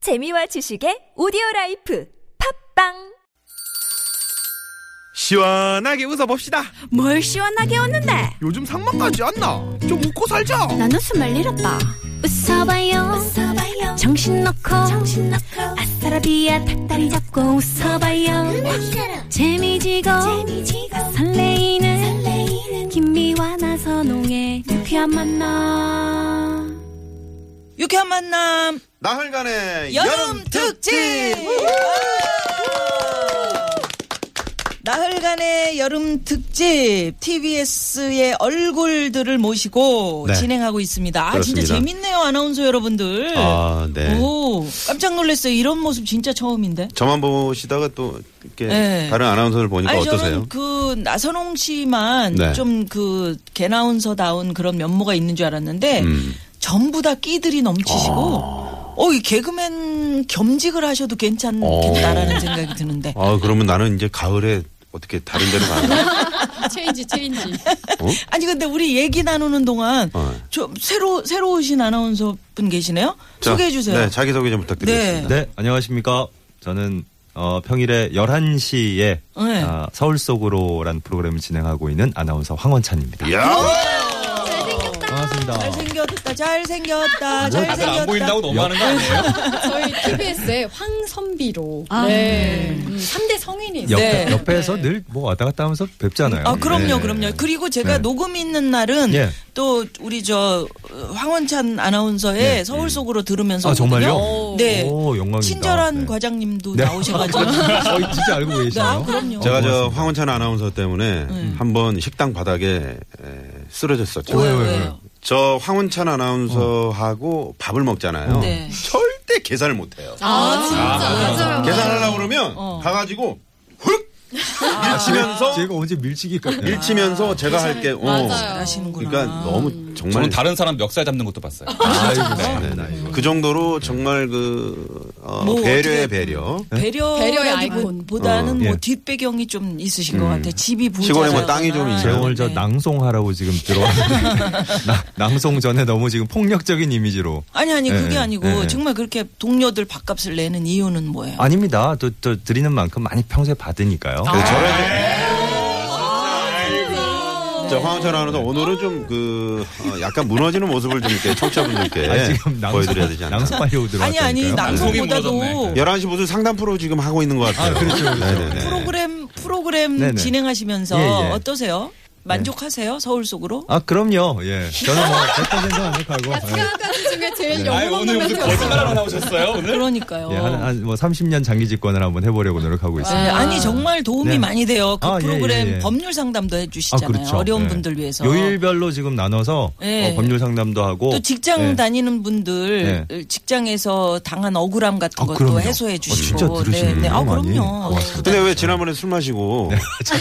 재미와 지식의 오디오 라이프 팝빵 시원하게 웃어봅시다. 뭘 시원하게 웃는데 요즘 상만까지 안 나. 좀 웃고 살자. 난 웃음을 잃었다 웃어봐요, 정신 놓고 아싸라비아 닭다리 잡고 웃어봐요 재미지고, 설레이는, 김미와 나선홍의 유쾌한 만남 유쾌한 만남 나흘간의 여름 특집 아! 나흘간의 여름 특집 TBS의 얼굴들을 모시고 네. 진행하고 있습니다. 아 진짜 그렇습니다. 재밌네요 아나운서 여러분들. 아, 네. 오 깜짝 놀랐어요. 이런 모습 진짜 처음인데. 저만 보시다가 또 이렇게 네. 다른 아나운서를 보니까 아니 어떠세요? 저는 그 나선홍 씨만 네. 좀 그 개나운서다운 그런 면모가 있는 줄 알았는데 음. 아. 전부 다 끼들이 넘치시고 어 이 개그맨 겸직을 하셔도 어. 괜찮겠다라는 생각이 드는데 아 그러면 나는 이제 가을에 어떻게 다른 데로 가나? 체인지 체인지 아니 근데 우리 얘기 나누는 동안 어. 좀 새로 새로 오신 아나운서 분 계시네요 자, 소개해 주세요. 네, 자기 소개 좀 부탁드리겠습니다. 네, 안녕하십니까. 저는 어, 평일에 11시에 네. 아, 서울 속으로란 프로그램을 진행하고 있는 아나운서 황원찬입니다. 야, 예, 반갑습니다. 잘생겼다, 잘생겼다, 잘생겼다. 너무하는 거 아니에요? 저희 TBS의 황선비로 네. 음, 3대 성인이 있어요. 네. 옆, 에서 늘 뭐 왔다 갔다 하면서 뵙잖아요. 아, 그럼요, 네. 그럼요. 그리고 제가 네. 녹음 있는 날은 예. 또 우리 저 어, 황원찬 아나운서의 서울 속으로 들으면서. 아, 정말요? 오거든요. 네. 오, 영광입니다. 친절한 네. 과장님도 네. 나오셔가지고. 저희 진짜 알고 네, 아, 계시네요. 그럼요. 제가 저 어, 고맙습니다. 황원찬 아나운서 때문에 한번 식당 바닥에 에, 쓰러졌었죠. 네. 왜요, 왜요? 저 황원찬 아나운서하고 밥을 먹잖아요. 네. 절대 계산을 못해요. 아 진짜 맞아요. 계산하려고 그러면 어. 가가지고 훅 아. 밀치면서 제가 언제 밀치기까지. 네. 밀치면서 제가 할게. 어. 맞아요. 하시는구나. 그러니까 너무 정말 저는 다른 사람 멱살 잡는 것도 봤어요. 아이고, 네, 네, 네. 그 정도로 정말 그 어, 뭐 배려의 어떻게- 배려. 배려 배려의 아이콘. 보다는 뭐 예. 뒷배경이 좀 있으신 것 같아요. 아, 집이 부자. 시골에 뭐 땅이 좀 제가 있어요. 네. 오늘 저 낭송하라고 지금 들어왔는데 나- 낭송 전에 너무 지금 폭력적인 이미지로 아니 아니 예, 그게 예, 아니고 예. 정말 그렇게 동료들 밥값을 내는 이유는 뭐예요? 아닙니다. 또, 또 드리는 만큼 많이 평소에 받으니까요. 아. 네, 저런. 자, 황원철 아나운서 오늘은 좀 그 약간 무너지는 모습을 좀 이렇게 청취자분들께 아, 지금 낭송, 보여드려야 되지 않나. 낭송하려고 들어왔 아니 아니 낭송보다도 무너졌네. 11시 무슨 상담 프로 지금 하고 있는 것 같아요. 그렇죠, 그렇죠. 네네네. 프로그램 프로그램 네네. 진행하시면서 예, 예. 어떠세요? 만족하세요? 서울 속으로? 아 그럼요. 예. 저는 뭐 100% 만족하고 생각하는 중에 네. 제일 아니, 영롱한 오늘 무슨 거짓말하러 나오셨어요, 오늘? 그러니까요. 예, 한한뭐 30년 장기 집권을 한번 해보려고 노력하고 예, 있습니다. 아니 정말 도움이 네. 많이 돼요. 그 아, 예, 프로그램 예, 예. 법률 상담도 아, 해주시잖아요. 어려운 예. 분들 위해서. 요일별로 지금 나눠서 예. 어, 법률 상담도 하고 또 직장 예. 다니는 분들 직장에서 당한 억울함 같은 네. 아, 것도 그럼요. 해소해 주시고. 진짜 들으시네요, 아 많이. 그럼요. 고맙습니다. 근데 왜 지난번에 술 마시고 네.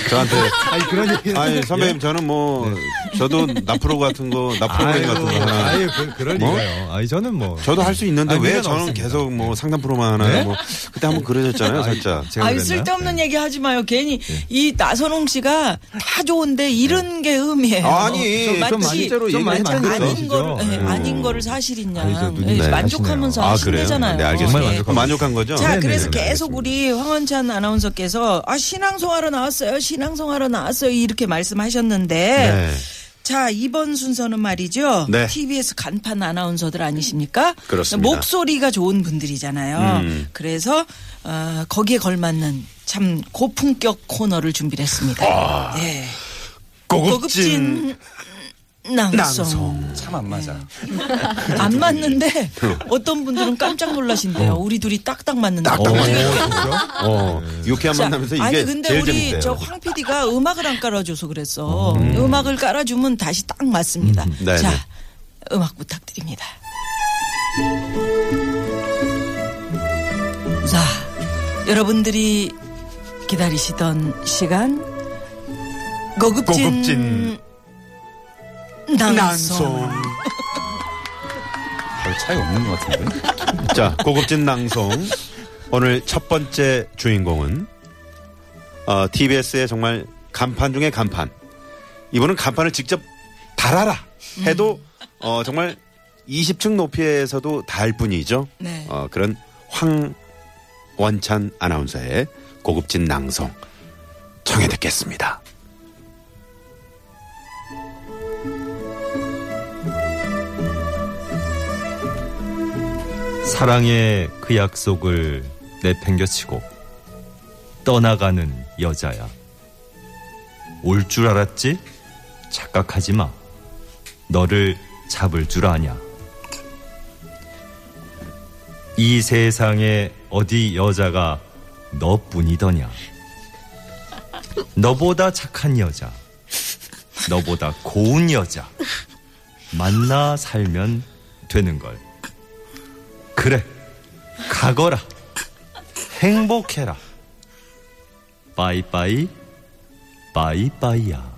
저한테 아니 그런 얘기 아니 선배님 저는 뭐 저도 나프로 같은 거 나프로그램 같은 거 하나 네. 아유 그, 그럴 뭐? 리가요. 아니 저는 뭐 저도 할 수 있는데 아니, 왜 미련 저는 없습니다. 계속 뭐 상담 프로만 하나요? 네? 뭐 그때 한번 그러셨잖아요, 아이, 살짝. 제가 아유 그랬나요? 쓸데없는 네. 얘기 하지 마요. 괜히 이 나선홍 씨가 다 좋은데 잃은 게 의미예요. 네. 아니, 좀 좀 네. 마치 실제로 어, 좀 얘기를 많이 많이 만들어요, 아닌 들어요. 진짜. 거를 예, 음. 아닌 거를 사실이냐 아니, 저 눈이 예, 잘 만족하면서 하시네요. 아, 하시잖아요. 그래요? 네, 알겠습니다. 정말 만족하고 만족한 거죠? 자, 네네네, 그래서 네, 계속 알겠습니다. 우리 황원찬 아나운서께서 아 신앙송하러 나왔어요, 신앙송하러 나왔어요 이렇게 말씀하셨는데 네. 자 이번 순서는 말이죠. 네. TBS 간판 아나운서들 아니십니까? 그렇습니다. 목소리가 좋은 분들이잖아요. 음. 그래서 어, 거기에 걸맞는 참 고품격 코너를 준비를 했습니다. 예. 고급진 낭송. 참 안 맞아. 안 맞는데 어떤 분들은 깜짝 놀라신대요. 우리 둘이 딱딱 맞는데. 딱딱 어떻게 맞는 이렇게 어, 유쾌한 자, 만남에서 이게 아니 근데 제일 우리 재밌대요. 저 황 PD가 음악을 안 깔아줘서 그랬어. 음. 악을 깔아주면 다시 딱 맞습니다. 네, 자 네. 음악 부탁드립니다. 자 여러분들이 기다리시던 시간 고급진, 고급진 낭송. 별 차이 없는 것 같은데. 자, 고급진 낭송. 오늘 첫 번째 주인공은 어, TBS의 정말 간판 중에 간판. 이분은 간판을 직접 달아라 음. 해도 어, 정말 20층 높이에서도 달 뿐이죠. 네. 어, 그런 황원찬 아나운서의 고급진 낭송 청해 듣겠습니다. 사랑의 그 약속을 내팽겨치고 떠나가는 여자야. 올 줄 알았지? 착각하지 마. 너를 잡을 줄 아냐. 이 세상에 어디 여자가 너뿐이더냐. 너보다 착한 여자. 너보다 고운 여자. 만나 살면 되는 걸. 그래 가거라 행복해라 빠이빠이 빠이빠이야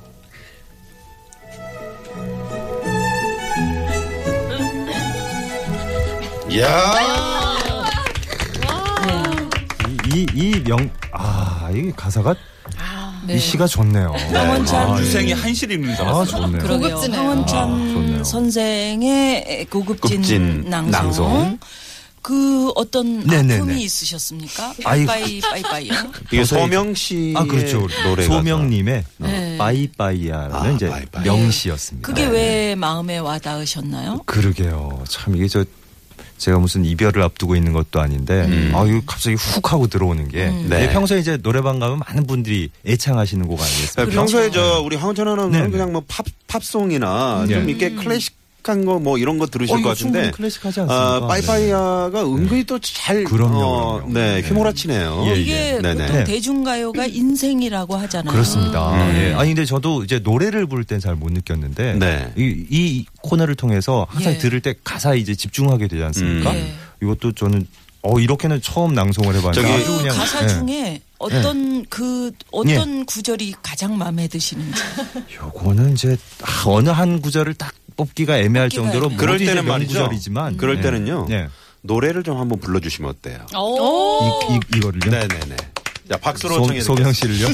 이이명아 이게 가사가 아, 이 시가 좋네요 황원찬 아, 예. 유생이 한실 읽는 줄 아 알았어요. 좋네요 고급지네요. 아, 황원찬 좋네요. 선생의 고급진, 고급진 낭송. 낭송. 그 어떤 네네네. 아픔이 있으셨습니까? 아이. 빠이빠이 빠이빠이요. 이게 도저히- 소명 씨의 아 그렇죠 예. 노래가 소명님의 네. 빠이빠이야라는 아, 이제 빠이빠이. 명시였습니다 그게 왜 마음에 와닿으셨나요? 그러게요. 참 이게 저 제가 무슨 이별을 앞두고 있는 것도 아닌데 아 이거 갑자기 훅 하고 들어오는 게 음. 네. 이게 평소에 이제 노래방 가면 많은 분들이 애창하시는 곡 네, 아니겠습니까? 평소에 저 우리 황원찬 네, 아나운서는 네. 그냥 뭐 팝 팝송이나 네. 좀 이렇게 클래식한 거 뭐 이런 거 들으실 어, 것 이거 같은데 충분히 클래식하지 않습니까? 네. 아, 빠이빠이야가 은근히 또 잘 그럼요, 그럼요. 네, 네. 휘몰아치네요. 예, 어, 이게 네, 보통 네. 네. 대중가요가 인생이라고 하잖아요. 그렇습니다. 예. 아니 근데 저도 이제 노래를 부를 땐 잘 못 느꼈는데 음, 네. 이, 이 코너를 통해서 항상 예. 들을 때 가사에 이제 집중하게 되지 않습니까? 음. 예. 이것도 저는 어 이렇게는 처음 낭송을 해봤는데 저기- 아주 그 그냥 가사 예. 중에 어떤 그 어떤 구절이 가장 마음에 드시는지 요거는 이제 아, 어느 한 구절을 딱 뽑기가 애매할 뽑기가 정도로 애매해요. 그럴 모두 이제 때는 말이죠. 명구절이지만 그럴 예. 때는요. 예. 노래를 좀 한번 불러주시면 어때요? 이, 이, 이거를요? 네네네. 자, 박수로 청해 소, 명 씨를요?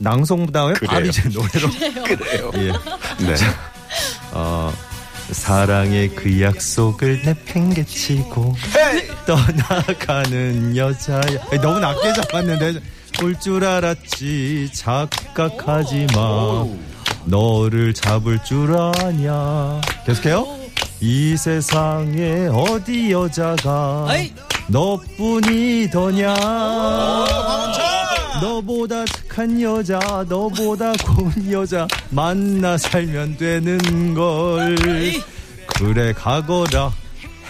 낭송보다 왜 바로 그래요. 이제 노래로. 그래요. 예. 네. 어, 사랑의 그 약속을 내팽개치고 떠나가는 여자야. 아니, 너무 낮게 잡았는데 올 줄 알았지 착각하지 마. 너를 잡을 줄 아냐. 계속해요. 이 세상에 어디 여자가 아이. 너뿐이더냐. 너보다 착한 여자, 너보다 고운 여자 만나 살면 되는 걸. 그래 가거라.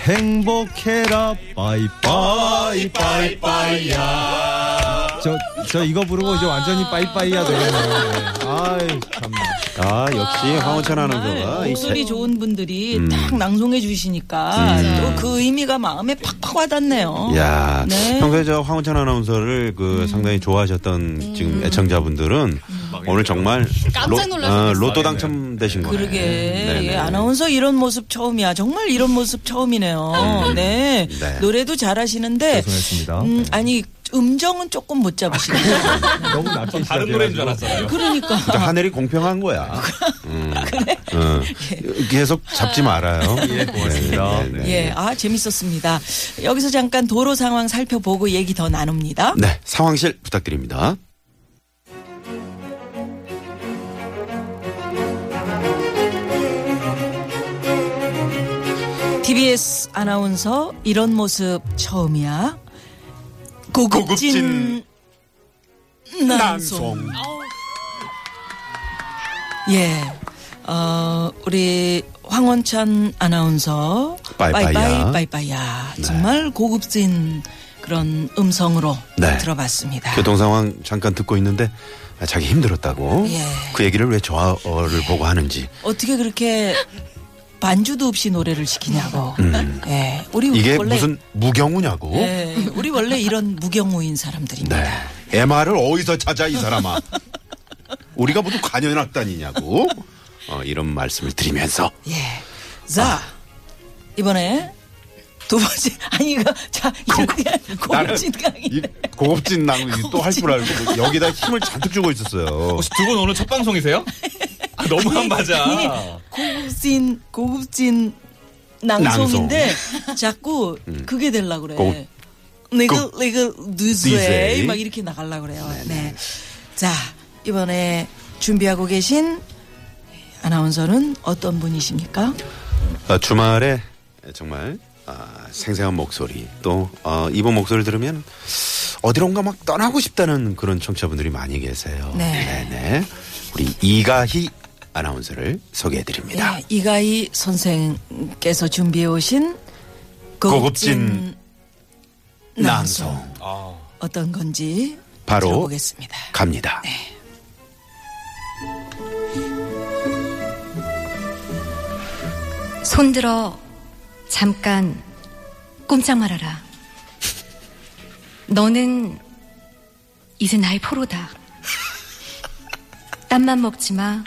행복해라 빠이빠이 빠이빠이야 저 저 이거 부르고 이제 완전히 빠이빠이야 되겠네요 아이 참나 아, 역시 황원찬 아나운서가. 네. 이 목소리 좋은 분들이 음. 딱 낭송해 주시니까 또 그 의미가 마음에 팍팍 예. 와닿네요. 야, 네. 음. 평소에 저 황원찬 아나운서를 그 상당히 좋아하셨던 지금 애청자분들은 오늘 정말 깜짝 놀라셨겠어요. 로, 또 당첨되신 네, 거예요. 그러게 예, 아나운서 이런 모습 처음이야. 정말 이런 모습 처음이네요. 네. 네. 노래도 잘하시는데 죄송했습니다 음, 아니 음정은 조금 못 잡으시고 너무 낮게 다른 노래인 줄 알았어요. 그러니까 하늘이 공평한 거야. 음, 어. 계속 잡지 말아요. 예, 고맙습니다. 네. 예, 아 재밌었습니다. 여기서 잠깐 도로 상황 살펴보고 얘기 더 나눕니다. 네, 상황실 부탁드립니다. TBS 아나운서 이런 모습 처음이야. 고급진, 난송. 예. 어, 우리 황원찬 아나운서 빠이빠이야. 네. 빠이빠이 빠이빠이야. 정말 고급진 그런 음성으로 네. 들어봤습니다. 교통 상황 잠깐 듣고 있는데 아, 자기 힘들었다고 예. 그 얘기를 왜 저를 보고 하는지 어떻게 그렇게 반주도 없이 노래를 시키냐고. 예. 우리 음. 이게 원래 무슨 무경우냐고. 예, 우리 원래 이런 무경우인 사람들입니다. 네. MR을 어디서 찾아 이 사람아. 우리가 모두 관여놨다니냐고. 어, 이런 말씀을 드리면서 예. 아. 자, 이번에 두 번째, 아니, 이거, 자, 이렇게 고급진 강의. 이 고급진 낭이 또 할 줄 알고 여기다 힘을 잔뜩 주고 있었어요. 혹시 두 분 오늘 첫 방송이세요? 아, 너무 안 맞아. 고급진, 고급진 낭송인데 자꾸 그게 될라 고- 그래. 내가 내가 누즈에 뉴스에. 막 이렇게 나갈라 그래요. 네. 자 이번에 준비하고 계신 아나운서는 어떤 분이십니까? 어, 주말에 정말 아, 생생한 목소리 또 어, 이번 목소리 들으면 어디론가 막 떠나고 싶다는 그런 청취자분들이 많이 계세요. 네. 네네. 우리 이가희 아나운서를 소개해드립니다. 네, 이가희 선생께서 준비해 오신 고급진 고급진 낭송 어떤 건지 바로 들어보겠습니다. 갑니다. 손들어 잠깐 꼼짝 말아라. 너는 이제 나의 포로다. 땀만 먹지 마.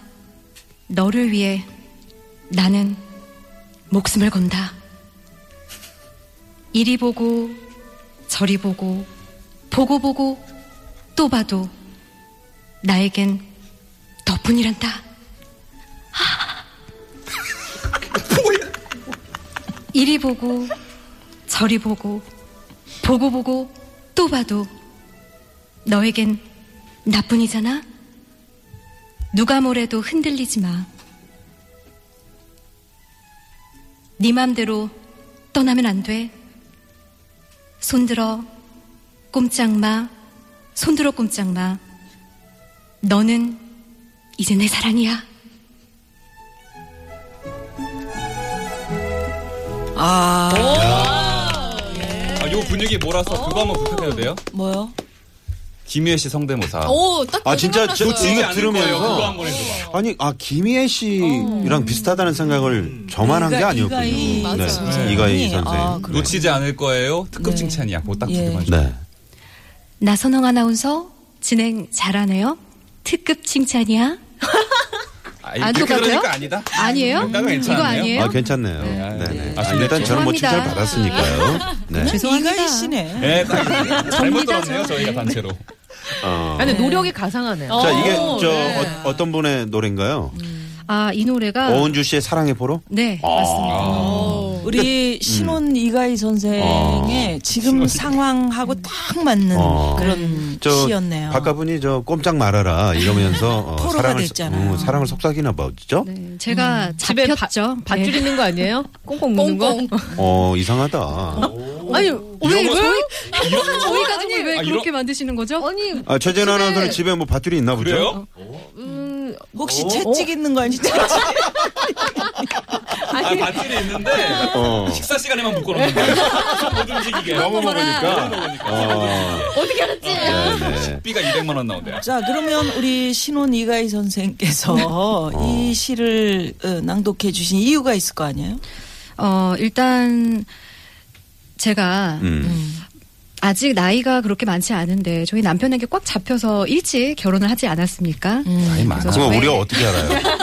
너를 위해 나는 목숨을 건다. 이리 보고 저리 보고 보고 보고 또 봐도 나에겐 너뿐이란다. 이리 보고 저리 보고 보고 보고 또 봐도 너에겐 나뿐이잖아. 누가 뭐래도 흔들리지 마. 네 맘대로 떠나면 안 돼. 손들어 꼼짝 마. 손들어 꼼짝 마. 너는 이제 내 사랑이야. 아 아, 요 분위기 몰아서 그거 한번 부탁해도 돼요? 뭐요? 김희애 씨 성대모사. 어? 오, 딱. 아 진짜 저 지지 이거 않을 거예요. 그거 들으면서 한번 해줘봐. 아니 아 김희애 씨랑 비슷하다는 생각을 저만 한 게 음. 이가- 아니었군요. 이가희 네. 선생님. 이가희 아, 선생. 그래요? 놓치지 않을 거예요. 특급 네. 칭찬이야. 그거 딱 예. 두개만 줘. 네. 나선홍 아나운서 진행 잘하네요. 특급 칭찬이야. 아, 안 이렇게 똑같아요? 들으니까 아니다. 아니에요? 약간 괜찮네요. 이거 아니에요? 아 괜찮네요. 네. 네. 네. 아, 아, 일단 저는 죄송합니다. 뭐 칭찬 아. 받았으니까요. 네. 죄송합니다. 이가희 씨네. 예, 딱 잘못 들었네요. 저희가 단체로. 아. 어. 근데 노력이 가상하네요. 자 이게 저 어, 떤 분의 노래인가요? 아, 이 노래가 어은주 씨의 사랑의 포로? 아. 네, 맞습니다. 네. 우리 음. 신혼 이가희 선생의 아. 지금 상황하고 딱 맞는 어. 그런 저 시였네요. 박가분이 저 꼼짝 말아라 이러면서 어, 포로가 사랑을 됐잖아요. 음, 사랑을 속삭이나 봐죠. 네, 제가 음, 집에 바- 잡혔죠. 밧줄 네. 있는 거 아니에요? 꽁꽁 묶는 거? 어 이상하다. 아니, 왜, 이런 거- 왜? 저희 가족을 왜 아, 이런- 그렇게 만드시는 거죠? 아니, 아, 최재현 아나운서는 집에 뭐 밧줄이 있나 보죠? 그래요? 음, 어? 혹시 채찍 있는 거 아닌지 채찍. 아, 밧줄이 네. 있는데 어. 식사 시간에만 묶어놓는 거예요. 못 움직이게. 너무 먹으니까. 어떻게 알았지? 네네. 삐가 200만 원 나온대요. 자 그러면 우리 신혼 이가희 선생께서 네. 이 시를 어, 낭독해 주신 이유가 있을 거 아니에요? 어, 일단 제가 음. 아직 나이가 그렇게 많지 않은데 저희 남편에게 꽉 잡혀서 일찍 결혼을 하지 않았습니까? 나이 많아. 그럼 왜- 우리가 어떻게 알아요?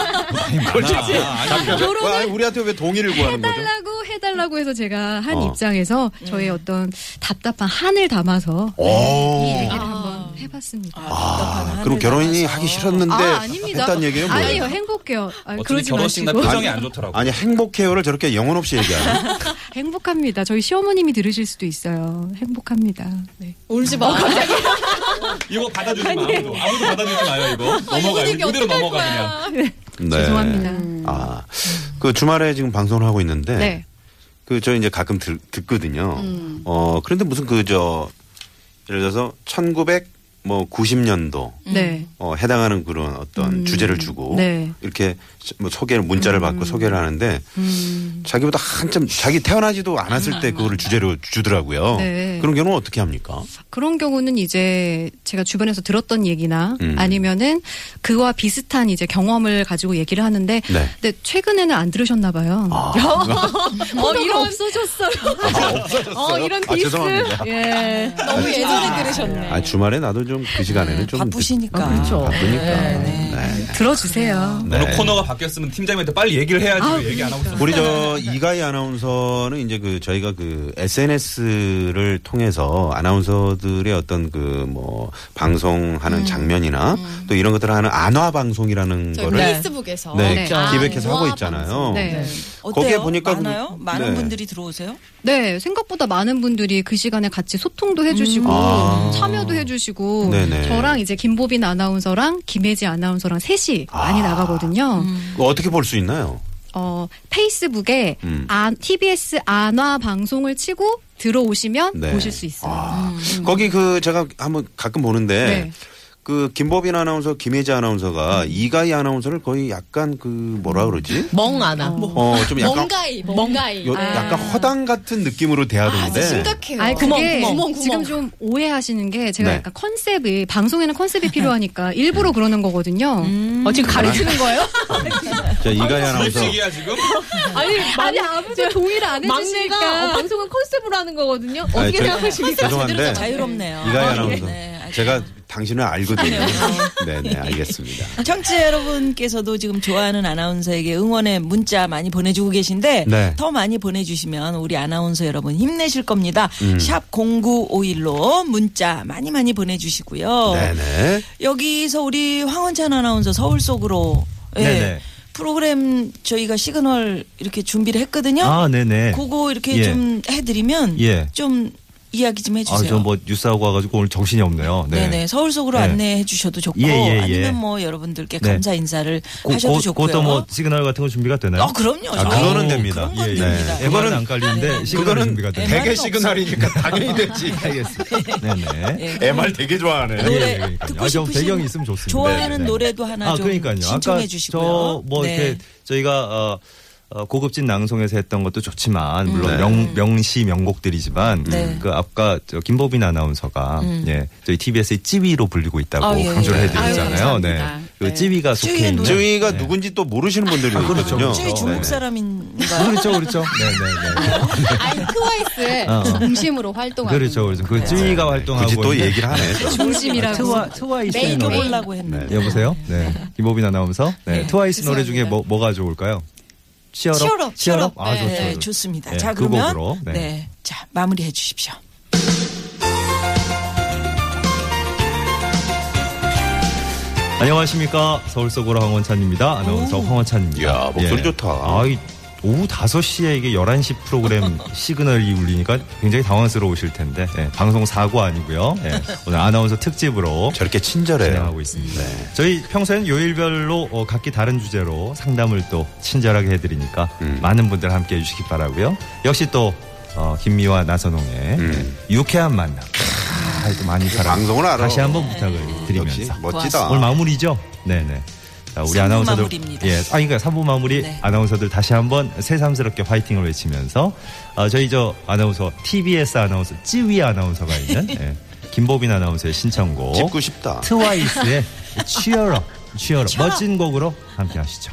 아, 결혼을 아, 우리한테 왜 동의를 구하는 거죠? 해달라고 해달라고 해서 제가 한 어. 입장에서 네. 저의 어떤 답답한 한을 담아서 이 오. 얘기를 한번 해봤습니다. 아, 어. 아, 답답한 그럼 하늘 결혼이 따라서. 하기 싫었는데 아, 아닙니다. 했다는 얘기예요? 뭐예요? 아니요, 행복해요. 아, 어차피 그러지 결혼식 날 마시고. 표정이 안 좋더라고. 아니 행복해요를 저렇게 영혼 없이 얘기하는. 행복합니다. 저희 시어머님이 들으실 수도 있어요. 행복합니다. 네. 울지 마. 이거 받아주지 마 아무도 아무도 받아주지 마요 이거 넘어가 분위기 이거 그대로 어떡할 넘어가 그냥 네. 죄송합니다. 음. 아, 그 주말에 지금 방송을 하고 있는데 네. 음. 그 저 이제 가끔 들, 듣거든요. 어 그런데 무슨 그 저 예를 들어서 1900뭐 90년도 음. 네. 어, 해당하는 그런 어떤 음. 주제를 주고 네. 이렇게 뭐 소개를 문자를 받고 소개를 하는데 음. 자기보다 한참 자기 태어나지도 않았을 때 아. 그거를 주제로 주더라고요. 네. 그런 경우는 어떻게 합니까? 그런 경우는 이제 제가 주변에서 들었던 얘기나 음. 아니면은 그와 비슷한 이제 경험을 가지고 얘기를 하는데 네. 아. 근데 최근에는 안 들으셨나 봐요. 아. 어, 이런 없어졌어요. 없어졌어요. 어, 이런 아, 디스. 죄송합니다. 예. 너무 예전에 들으셨네. 아 주말에 나도 좀 좀 그 시간에는 좀 네, 바쁘시니까. 아, 그렇죠. 바쁘니까. 네, 네. 들어주세요. 네. 오늘 코너가 바뀌었으면 팀장님한테 빨리 얘기를 해야지 아, 왜 얘기 안 하고 있어. 우리 저 이가희 아나운서는 이제 그 저희가 그 SNS를 통해서 아나운서들의 어떤 그 뭐 음. 방송하는 장면이나 또 이런 것들을 하는 안화 방송이라는 저희 거를 페이스북에서 네, 네. 기획해서 아, 하고 우와, 있잖아요. 네. 어때요? 거기에 보니까 많아요? 그- 많은 네. 분들이 들어오세요? 네, 생각보다 많은 분들이 그 시간에 같이 소통도 해주시고 아. 참여도 해주시고 네네. 저랑 이제 김보빈 아나운서랑 김혜지 아나운서랑 셋이 많이 나가거든요. 그거 어떻게 볼 수 있나요? 어, 페이스북에 음. 아, TBS 안화 방송을 치고 들어오시면 네. 보실 수 있어요. 아, 거기 그 제가 한번 가끔 보는데 네. 그 김보빈 아나운서, 김혜지 아나운서가 이가희 아나운서를 거의 약간 그 뭐라 그러지? 멍 안아. 어, 좀 약간 뭐, 뭔가이 뭔가이 요- 아, 약간 허당 같은 느낌으로 대하던데. 심각해요. 아니, 구멍, 그게 구멍, 구멍, 지금 구멍. 좀 오해하시는 게 제가 네. 약간 컨셉이 방송에는 컨셉이 필요하니까 일부로 그러는 거거든요. 음. 아, 어, 지금 가르치는 거예요? 자, 이가희 아나운서. 불식이야 지금? 아니, 아니 아무도 동의를 안 막내가 어, 해주시니까. 방송은 컨셉으로 하는 거거든요. 아니, 어떻게 저- 생각하십니까? 죄송한데 자유롭네요. 이가희 아, 아나운서. 네, 알겠습니다. 제가 당신을 알거든요. 네, 네, 알겠습니다. 청취자 여러분께서도 지금 좋아하는 아나운서에게 응원의 문자 많이 보내주고 계신데 네. 더 많이 보내주시면 우리 아나운서 여러분 힘내실 겁니다. 음. 샵 0951로 문자 많이 많이 보내주시고요. 네, 네. 여기서 우리 황원찬 아나운서 서울 속으로 예, 네네. 프로그램 저희가 시그널 이렇게 준비를 했거든요. 아, 네네. 그거 이렇게 예. 좀 해드리면 예. 좀 이야기 좀 아, 해주세요. 저 뭐 뉴스하고 와가지고 오늘 정신이 없네요. 네. 네. 네 서울 속으로 네. 안내해 주셔도 좋고 예, 예, 예. 아니면 뭐 여러분들께 네. 감사 인사를 고- 하셔도 고- 좋고요. 그것도 뭐 시그널 같은 거 준비가 되나요? 아, 그럼요. 아, 그거는 됩니다. 그런 건 됩니다. 예. 그거는 안 깔리는데 시그널 그거는 준비가 되나요? 대개 시그널이니까 당연히 되지. 네네. MR 되게 좋아하네. 예. 노래 예, 예, 그러니까요. 듣고 아, 좀 싶으신 배경이 있으면 좋습니다. 좋아하는 네, 네. 노래도 하나 아, 좀 그러니까요. 신청해 아까 주시고요. 저뭐 네. 이렇게 저희가 어, 어, 고급진 낭송에서 했던 것도 좋지만 물론 네. 명, 명시 명곡들이지만 네. 그 아까 저 김보빈 아나운서가 예, 저희 TBS의 찌위로 불리고 있다고 아, 예, 강조를 예. 해드렸잖아요. 아유, 네. 감사합니다. 그 찌위가 찌위의 속해 있는 노래. 저희가 네. 누군지 또 모르시는 분들이 있거든요. 어, 저희 네, 중국 네. 사람인가요? 그렇죠, 그렇죠. 네, 네, 네. 아니 트와이스의 어, 어. 중심으로 활동하고 그렇죠, 그렇죠. 그 찌위가 활동하고 굳이 또 있는 얘기를 하네. 중심이라고. 트와 트와이스의 메인, 노래. 메인. 해보려고 했는데. 네, 여보세요? 네. 김보빈 아나운서. 네. 네, 트와이스 노래 중에 죄송합니다. 뭐, 뭐가 좋을까요? 치얼업? 치얼업, 치얼업. 아, 좋죠. 네, 좋죠. 좋습니다. 네, 자, 그 그러면 곡으로. 네. 네. 자, 마무리해 주십시오. 안녕하십니까. 서울 속으로 황원찬입니다. 아나운서 황원찬입니다. 음. 예. 이야, 목소리 좋다. 아이, 오후 5시에 이게 11시 프로그램 시그널이 울리니까 굉장히 당황스러우실 텐데, 예, 방송 사고 아니고요. 예, 오늘 아나운서 특집으로 저렇게 네. 친절해요. 진행하고 있습니다. 저희 평소엔 요일별로 어, 각기 다른 주제로 상담을 또 친절하게 해드리니까 음. 많은 분들 함께 해주시기 바라고요. 역시 또 어, 김미화 나선홍의 음. 유쾌한 만남. 아, 이거 많이 사랑. 방송을 알아. 다시 한번 부탁을 역시 드리면서 멋지다. 오늘 마무리죠. 네네. 자, 우리 아. 삼부 아나운서들 마무리입니다. 예, 아 그러니까 3부 마무리 네. 아나운서들 다시 한번 새삼스럽게 화이팅을 외치면서 아, 저희 저 아나운서 TBS 아나운서 찌위 아나운서가 있는 예, 김보빈 아나운서의 신청곡 짚고 싶다. 트와이스의 치얼업, 치얼업 멋진 곡으로 함께 하시죠.